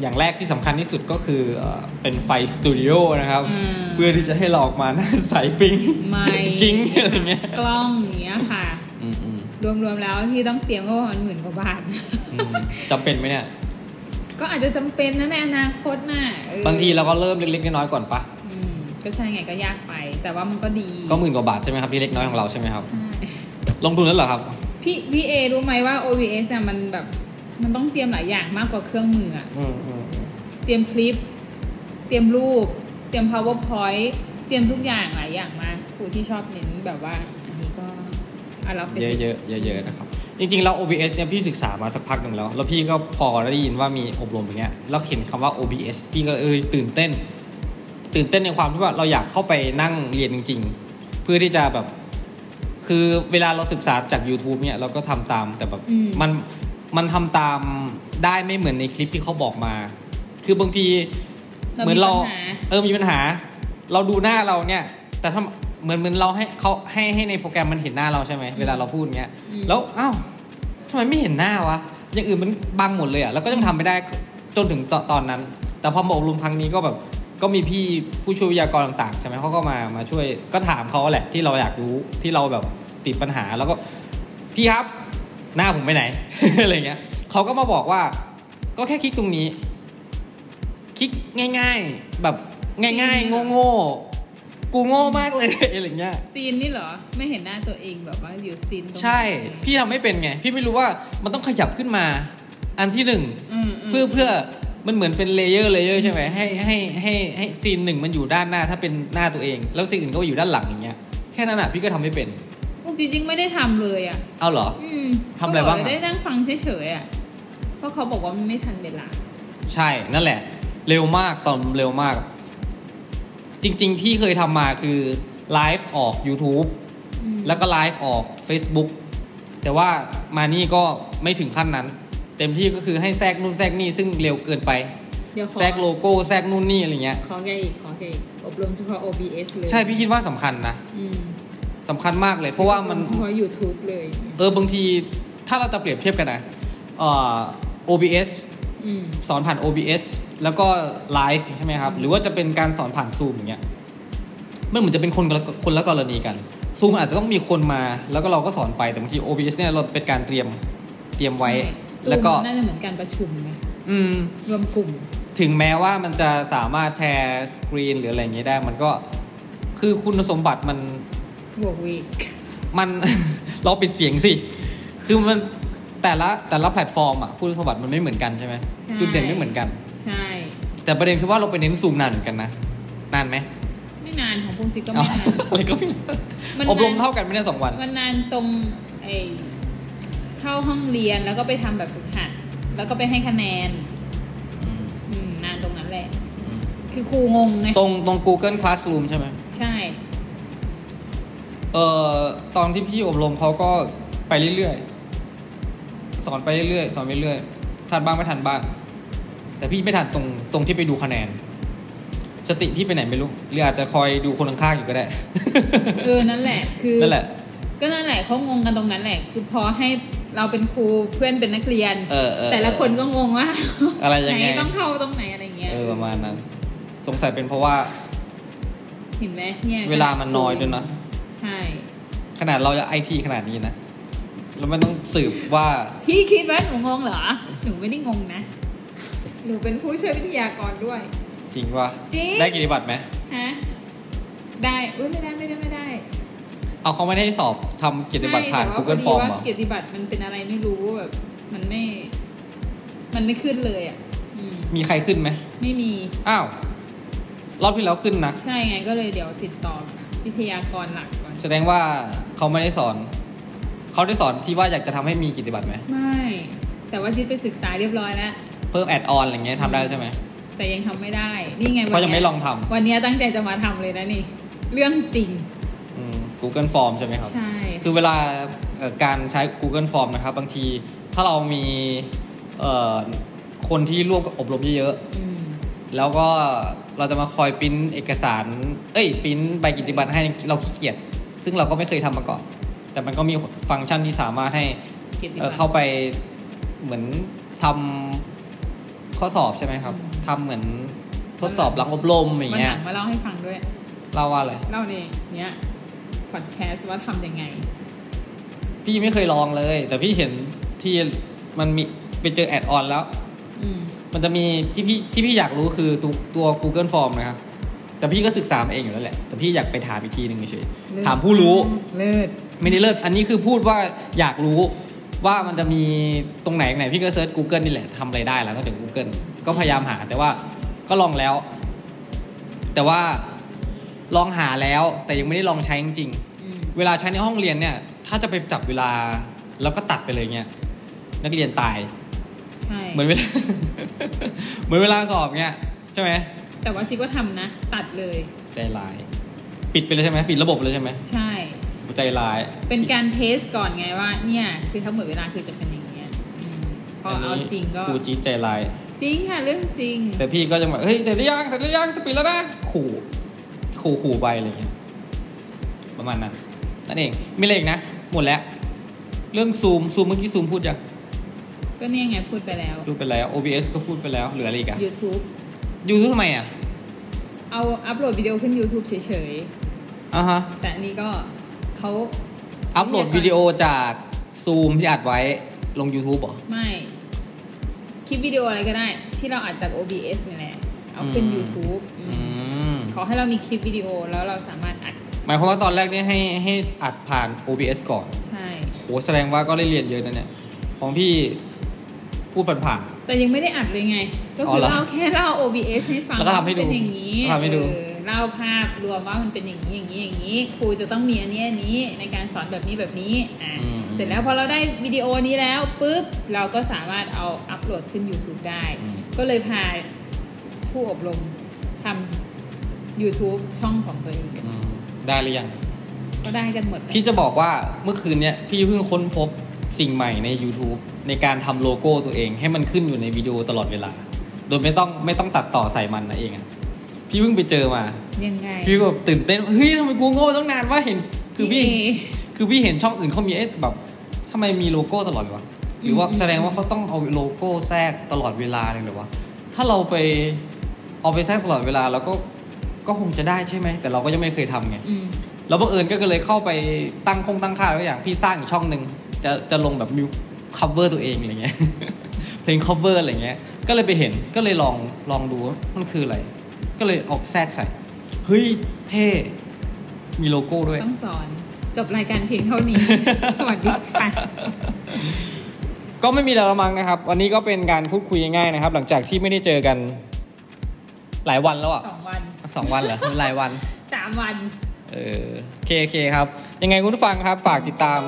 Speaker 1: อย่างแรกที่สำคัญที่สุดก็คือเอ่อเป็นไฟสตูดิโอนะครับ
Speaker 2: อืม
Speaker 1: เพื่อที่จะให้เราออกมา หน้าใสปิ้ง
Speaker 2: ไมค์
Speaker 1: กิ้งอะไรเงี้ย
Speaker 2: กล้องอย่างเงี้ยค่ะ
Speaker 1: อืมอืม
Speaker 2: รวมๆแล้วที่ต้องเตรียมก็ประมาณหมื่นกว่าบาท
Speaker 1: อืมจำเป็นไหมเนี่ย
Speaker 2: ก็อาจจะจำเป็นนะในอนาคตน่ะเออบ
Speaker 1: างทีเราก็เริ่มเล็กๆน้อยๆก่อนปะ
Speaker 2: อืมก็ใช่ไงก็ยากไป แต่ว่ามันก็ดี
Speaker 1: ก็หมื่นกว่าบาทใช่ไหมครับที่เล็กน้อยของเราใช่ไหมครับ
Speaker 2: ใช่
Speaker 1: ลงทุนแล้วเหรอครับ
Speaker 2: พี่พี่เอรู้ไหมว่า OBS เนี่ยมันแบบ มันต้องเตรียมหลายอย่างมากกว่าเครื่องมืออะ
Speaker 1: อืมอืม
Speaker 2: เตรียมคลิป เตรียมรูป เตรียม powerpoint เตรียมทุกอย่างหลายอย่างมากครูที่ชอบเน้นแบบว่า อันนี้ก็เอาเราไป
Speaker 1: เยอะๆเยอะๆนะครับ จริงๆ แล้ว OBS เนี่ยพี่ศึกษามาสักพักหนึ่งแล้ว แล้วพี่ก็พอได้ยินว่ามีอบรมอย่างเงี้ยแล้วเห็นคำว่า OBS พี่ก็เอยตื่นเต้น ตื่นเต้นในความที่ว่าเราอยากเข้าไปนั่งเรียนจริง ๆ เพื่อที่จะแบบ คือเวลาเราศึกษาจาก YouTube เนี่ยเราก็ทำตามแต่แบบ
Speaker 2: อืม
Speaker 1: มันมันทำตามได้ไม่เหมือนในคลิปที่เขาบอกมา คือบางทีเห
Speaker 2: เรา
Speaker 1: มือนเรา
Speaker 2: มีปัญหา
Speaker 1: เออมีปัญหา เราดูหน้าเราเนี่ย แต่ถ้าเหมือนเหมือนเราให้เขาให้ให้ในโปรแกรมมันเห็นหน้าเราใช่ไหมเวลาเราพูดเงี้ย
Speaker 2: อืม
Speaker 1: แล้วอ้าวทำไมไม่เห็นหน้าวะอย่างอื่นมันบังหมดเลยอะแล้วก็ยังทำไม่ได้จนถึงตตอนนั้น แต่พอมาอบรมครั้งนี้ก็แบบก็มีพี่ผู้ช่วยวิทยากรต่างๆใช่ไหมเขาก็มามาช่วยก็ถามเขาแหละที่เราอยากรู้ที่เราแบบติดปัญหาแล้วก็พี่ครับหน้าผมไปไหน อะไรเงี้ยเขาก็มาบอกว่า ก็แค่คลิกตรงนี้ คลิกง่าย ๆ แบบง่ายๆ โง่ๆ กูโง่มากเลย อะไรเงี้ย
Speaker 2: ซีนนี่เหรอ ไม่เห็นหน้าตัวเองแบบว่าอยู่ซีนตรง
Speaker 1: ใช่ พี่ทำไม่เป็นไง พี่ไม่รู้ว่ามันต้องขยับขึ้นมา อันที่หนึ่ง
Speaker 2: มม
Speaker 1: เพื่อเพื่อมันเหมือนเป็นเลเยอร์เลเยอร์ใช่ไหมให้ให้ให้ให้ซีนหนึ่งมันอยู่ด้านหน้าถ้าเป็นหน้าตัวเอง แล้วซีนอื่นก็อยู่ด้านหลังอย่างเงี้ยแค่นั้นอ่ะพี่ก็ทำไม่เป็น
Speaker 2: จริงๆไม่ได้ทำเลยอ่ะ
Speaker 1: เอาเหรอ
Speaker 2: อืม
Speaker 1: ทำอะไรบ้างอะ
Speaker 2: ก็เลยได้นั่งฟังเฉยๆอ่ะ เพราะเขาบอกว่ามันไม่ทันเวลา
Speaker 1: ใช่นั่นแหละ เร็วมากตอนเร็วมาก จริงๆ ที่เคยทำมาคือไลฟ์ออก YouTube
Speaker 2: อืม
Speaker 1: แล้วก็ไลฟ์ออก Facebook แต่ว่ามานี่ก็ไม่ถึงขั้นนั้น เต็มที่ก็คือให้แทรกนู่นแทรกนี่ซึ่งเร็วเกินไป
Speaker 2: เดี๋ยวขอ
Speaker 1: แทรกโลโก้แทรกนู่นนี่อะไรเงี้ย
Speaker 2: ขอแกอีก ขอแกอีก อบรมเฉพาะ OBS เลย
Speaker 1: ใช่พี่คิดว่าสำคัญนะ
Speaker 2: อืม
Speaker 1: สำคัญมากเลย เพราะว่ามัน
Speaker 2: อบรเฉพาะ YouTube เลย
Speaker 1: เออบางทีถ้าเราจะเปรียบเทียบกันนะเอ่อ OBS
Speaker 2: อืม
Speaker 1: สอนผ่าน OBS แล้วก็ไลฟ์ใช่ไหมครับ หรือว่าจะเป็นการสอนผ่านซูมอย่างเงี้ยมันเหมือนจะเป็นคนละคนละกรณีกันซูมอาจจะต้องมีคนมา แล้วก็เราก็สอนไปแต่บางที OBS เนี่ยเราเป็นการเตรียมเตรียมไว้
Speaker 2: Zoom
Speaker 1: แล้วก็
Speaker 2: น่าจะเหมือนการประชุมไหม
Speaker 1: อืม
Speaker 2: รวมกลุ่ม
Speaker 1: ถึงแม้ว่ามันจะสามารถแชร์สกรีนหรืออะไรอย่างเงี้ยได้ มันก็คือคุณสมบัติมัน
Speaker 2: บวกเวก
Speaker 1: มัน เราปิดเสียงสิ คือมันแต่ละแต่ละแพลตฟอร์มอ่ะคุณสมบัติมันไม่เหมือนกันใช่ไหมจุดเด่นไม่เหมือนกัน
Speaker 2: ใช่
Speaker 1: แต่ประเด็นคือว่าเราไปเน้นซูมนานเหมือนกันนะ นานไหม
Speaker 2: ไม่นานของพวกจิกก็ไม่นาน
Speaker 1: อะไรก็ไม่
Speaker 2: มันนาน
Speaker 1: อบรมเท่ากันไม่ได้สองวัน
Speaker 2: วันนั้นตรงไอเข้าห้องเรียนแล้วก็ไปทำแบบฝึกหัด แล้วก็ไปให้คะแนน อืมนานตรงนั้นแหละ คือครูงงไง
Speaker 1: ตรงตรง Google Classroom ใช่ไหม
Speaker 2: ใช่
Speaker 1: เอ่อตอนที่พี่อบรมเขาก็ไปเรื่อยๆ สอนไปเรื่อยๆ สอนไปเรื่อยทันบ้างไม่ทันบ้าง แต่พี่ไม่ทันตรงตรงที่ไปดูคะแนน สติพี่ไปไหนไม่รู้ หรืออาจจะคอยดูคนข้างๆอยู่ก็ได้
Speaker 2: เออ นั่นแหละ คือ
Speaker 1: นั่นแหละ
Speaker 2: ก็นั่นแหละเขางงกันตรงนั้นแหละ คือพอให้เราเป็นครูเพื่อนเป็นนักเรียน
Speaker 1: เออเออ
Speaker 2: แต่ละคนก็งงว่า
Speaker 1: อะไรยังไง
Speaker 2: หนต้องเข้าตรงไหนอะไรเงี้ย
Speaker 1: เออประมาณนั้น สงสัยเป็นเพราะว่า
Speaker 2: เห็นไหมเนี่ย
Speaker 1: เวลามันน้อยด้วยนะ
Speaker 2: ใช่
Speaker 1: ขนาดเราจะไอทีขนาดนี้นะเราไม่ต้องสืบว่า
Speaker 2: พี่คิดว่าหนูงงเหรอ หนูไม่ได้งงนะ หนูเป็นผู้ช่วยวิทยากรด้วย
Speaker 1: จริงว่า
Speaker 2: จริง
Speaker 1: ได้กิจบัตรไหม
Speaker 2: ฮะ ได้อุ้ยไม่ได้ไม่ได้ไม่ได้
Speaker 1: เอาเขาไม่ได้สอบทำกิจบัตรผ่าน
Speaker 2: ใช่แต่ว่
Speaker 1: Google
Speaker 2: พอ
Speaker 1: Form
Speaker 2: ดี
Speaker 1: เหร
Speaker 2: ว่า
Speaker 1: อ
Speaker 2: เกียรติบัตรมันเป็นอะไรไม่รู้แบบ มันไม่ มันไม่ขึ้นเลยอ่ะ อืม
Speaker 1: มีใครขึ้นไหม
Speaker 2: ไม่มี
Speaker 1: อ้าว รอบที่แล้วขึ้นนะ
Speaker 2: ใช่ไงก็เลยเดี๋ยวติดต่อวิทยากรหลักก่อน
Speaker 1: แสดงว่าเขาไม่ได้สอน เขาได้สอนที่ว่าอยากจะทำให้มีกิจบัตรไหม
Speaker 2: ไม่ แต่ว่าจิ๊ดไปศึกษาเรียบร้อยแล้ว
Speaker 1: เพิ่มแอดออนอะไรเงี้ยทำได้ใช่ไหม
Speaker 2: แต่ยังทำไม่ได้ นี่ไง
Speaker 1: เพ
Speaker 2: วัน
Speaker 1: ราะยัง
Speaker 2: เนี้
Speaker 1: ไม่
Speaker 2: ย
Speaker 1: ลองทำ
Speaker 2: วันเนี้ยตั้งใจจะมาทำเลยนะนี่ เรื่องจริง
Speaker 1: อืม Google Form ใช่ไหมครับ
Speaker 2: ใช่
Speaker 1: คือเวลาเอ่อการใช้ Google Form นะครับ บางทีถ้าเรามีเอ่อคนที่ร่วมกับอบรมเยอะ
Speaker 2: อืม
Speaker 1: ๆ แล้วก็ เราจะมาคอยปริ้นเอกสาร เอ้ยปริ้นใบกิตติบัตรให้เราขี้เกียจซึ่งเราก็ไม่เคยทำมาก่อน แต่มันก็มีฟังก์ชันที่สามารถให้
Speaker 2: กียรติ
Speaker 1: เอ่
Speaker 2: บั
Speaker 1: อ
Speaker 2: ตร
Speaker 1: เข้าไปเหมือนทำข้อสอบใช่ไหมครับ
Speaker 2: อืม
Speaker 1: ทำเหมือนทดสอบหลังอบรมอย่าง
Speaker 2: วันห
Speaker 1: เงี้
Speaker 2: ลั
Speaker 1: ย
Speaker 2: งมาเล่าให้ฟังด้วย
Speaker 1: เล่าว่าอะไร
Speaker 2: เล่าในเนี้ยพอดแคสต์ว่าทำยังไง
Speaker 1: พี่ไม่เคยลองเลย แต่พี่เห็นที่มันมีไปเจอแอดออนแล้ว
Speaker 2: อืม
Speaker 1: มันจะมีที่พี่ที่พี่อยากรู้คือตัวตัว Google Form นะครับ แต่พี่ก็ศึกษามาเองอยู่แล้วแหละ แต่พี่อยากไปถามอีกทีหนึ่งเฉย
Speaker 2: เลิศ
Speaker 1: ถามผู้รู้
Speaker 2: เลิศ
Speaker 1: ไม่ได้เลิศอันนี้คือพูดว่าอยากรู้ว่ามันจะมีตรงไหนไหน พี่ก็เซิร์ช Google นี่แหละทำอะไรได้แล้วก็เดี๋ยว Google ก็พยายามหาแต่ว่าก็ลองแล้ว แต่ว่าลองหาแล้ว แต่ยังไม่ได้ลองใช้จริง ๆ
Speaker 2: อืม
Speaker 1: เวลาใช้ในห้องเรียนเนี่ย ถ้าจะไปจับเวลาแล้วก็ตัดไปเลยเนี่ยนักเรียนตาย
Speaker 2: ใช่
Speaker 1: เหมือนเวลา เหมือนเวลาสอบเนี่ยใช่ไหม
Speaker 2: แต่ว่าจีก็ทำนะ ตัดเลย
Speaker 1: ใจร้าย ปิดไปเลยใช่ไหมปิดระบบเลยใช่ไหม
Speaker 2: ใช่
Speaker 1: ใจร้าย
Speaker 2: เป็นการเทสก่อนไงว่า เนี่ย คือทั้งหมดเวลาคือจะเป็นอย่างเงี้ยอืมพอเอาจริงก็
Speaker 1: ครูจี๊ดใจร้าย
Speaker 2: จริงค่ะเรื่องจริง
Speaker 1: แต่พี่ก็จะแบบเฮ้ยแต่ได้ยังแต่ได้ยังจะปิดแล้วนะขู่ขู่ขู่ไปอะไรเงี้ยประมาณนั้นนั่นเองไม่เลกนะ หมดแล้ว เรื่องซูมซูมเมื่อกี้ซูมพูดยัง
Speaker 2: ก็เนี่ยไงพูดไปแล้ว
Speaker 1: พูดไปแล้ว OBS ก็พูดไปแล้วเหลืออะไรอีกอะ
Speaker 2: YouTube
Speaker 1: ยูทูบทำไมอะ
Speaker 2: เอาอัปโหลดวิดีโอขึ้น YouTube เฉย
Speaker 1: อ่ะฮะ
Speaker 2: ๆ แต่อันนี้ก็เขา
Speaker 1: อัปโหลดวิดีโอจากซูมที่อัดไว้ลง YouTube เหรอ
Speaker 2: ไม่ คลิปวิดีโออะไรก็ได้ ที่เราอัดจาก OBS นี่แหละ เอาขึ้น
Speaker 1: อืม
Speaker 2: YouTube อื
Speaker 1: อื
Speaker 2: ม
Speaker 1: ม
Speaker 2: ขอให้เรามีคลิปวิดีโอแล้วเราสามารถอัด
Speaker 1: หมายความว่าตอนแรกเนี่ยให้ให้อัดผ่าน OBS ก่อน
Speaker 2: ใช่
Speaker 1: โหแสดงว่าก็ได้เรียนเยอะนะเนี่ย ของพี่พูดผ่าน
Speaker 2: แต่ยังไม่ได้อัดเลยไง ก็
Speaker 1: อ๋
Speaker 2: คืออ
Speaker 1: เหรอ
Speaker 2: เล่าแค่เล่า OBS ให้ฟัง
Speaker 1: แล้วก็ทำให้ดู
Speaker 2: ว่ามันเป็นอย่างนี้
Speaker 1: ทำให้ดู
Speaker 2: เออเล่าภาพรวมว่ามันเป็นอย่างนี้อย่างนี้อย่างนี้ ครูจะต้องมีอันนี้อันนี้ในการสอนแบบนี้แบบนี้อ่ะเสร็จแล้วพอเราได้วิดีโอนี้แล้วปุ๊บเราก็สามารถเอาอัปโหลดขึ้น YouTube ได้
Speaker 1: อืม
Speaker 2: ก็เลยพาผู้อบรมทำ YouTube ช่องของตัวเอง
Speaker 1: ๆอืมได้หรือยัง
Speaker 2: ก็ได้กันหมดเลย
Speaker 1: พี่จะบอกว่าเมื่อคืนเนี่ยพี่เพิ่งค้นพบสิ่งใหม่ใน YouTube ในการทำโลโก้ตัวเองให้มันขึ้นอยู่ในวิดีโอตลอดเวลา โดยไม่ต้องไม่ต้องตัดต่อใส่มันนะเองอะพี่เพิ่งไปเจอมา
Speaker 2: ยังไง
Speaker 1: พี่ก็แบบตื่นเต้นเฮ้ยทำไมกูโง่มาตั้งนานว่าเห็นคือพี่
Speaker 2: เ
Speaker 1: คือพี่เห็นช่องอื่นเขามีเอ๊ะแบบทำไมมีโลโก้ตลอดเลยวะหรือว่า
Speaker 2: อืม
Speaker 1: แสดงว่าเขาต้องเอาโลโก้แทรกตลอดเวลาเลยเหรือวะถ้าเราไปเอาไปแทรกตลอดเวลาเราก็ก็คงจะได้ใช่ไหม แต่เราก็ยังไม่เคยทำไง
Speaker 2: อืม
Speaker 1: แล้วบังเอิญก็เลยเข้าไปตั้งคงตั้งค่าไว้อย่างพี่สร้างอีกช่องหนึ่งจะจะลงแบบมิวคัฟเวอร์ตัวเองอะไรเงี้ย เพลงคัฟเวอร์อะไรเงี้ย ก็เลยไปเห็นก็เลยลองลองดูว่ามันคืออะไร ก็เลยเอาแทรกใส่เฮ้ยเท่มีโลโก้ด้วย
Speaker 2: ต้องสอนจบรายการเพียงเท่านี้ สวัสดีค่ะ
Speaker 1: ก็ไม่มีแล้วละมั้งนะครับ วันนี้ก็เป็นการพูดคุยง่ายๆนะครับ หลังจากที่ไม่ได้เจอกัน หลายวันแล้วอ่ะ
Speaker 2: สองวัน
Speaker 1: สองวันเหรอหลายวัน
Speaker 2: สามวัน
Speaker 1: เออโอเคโอเคครับ ยังไงคุณผู้ฟังครับ ฝากติดตาม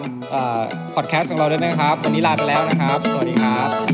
Speaker 1: พอดแคสต์ของเราด้วยนะครับ วันนี้ลาไปแล้วนะครับ สวัสดีครับ
Speaker 2: สวัสดี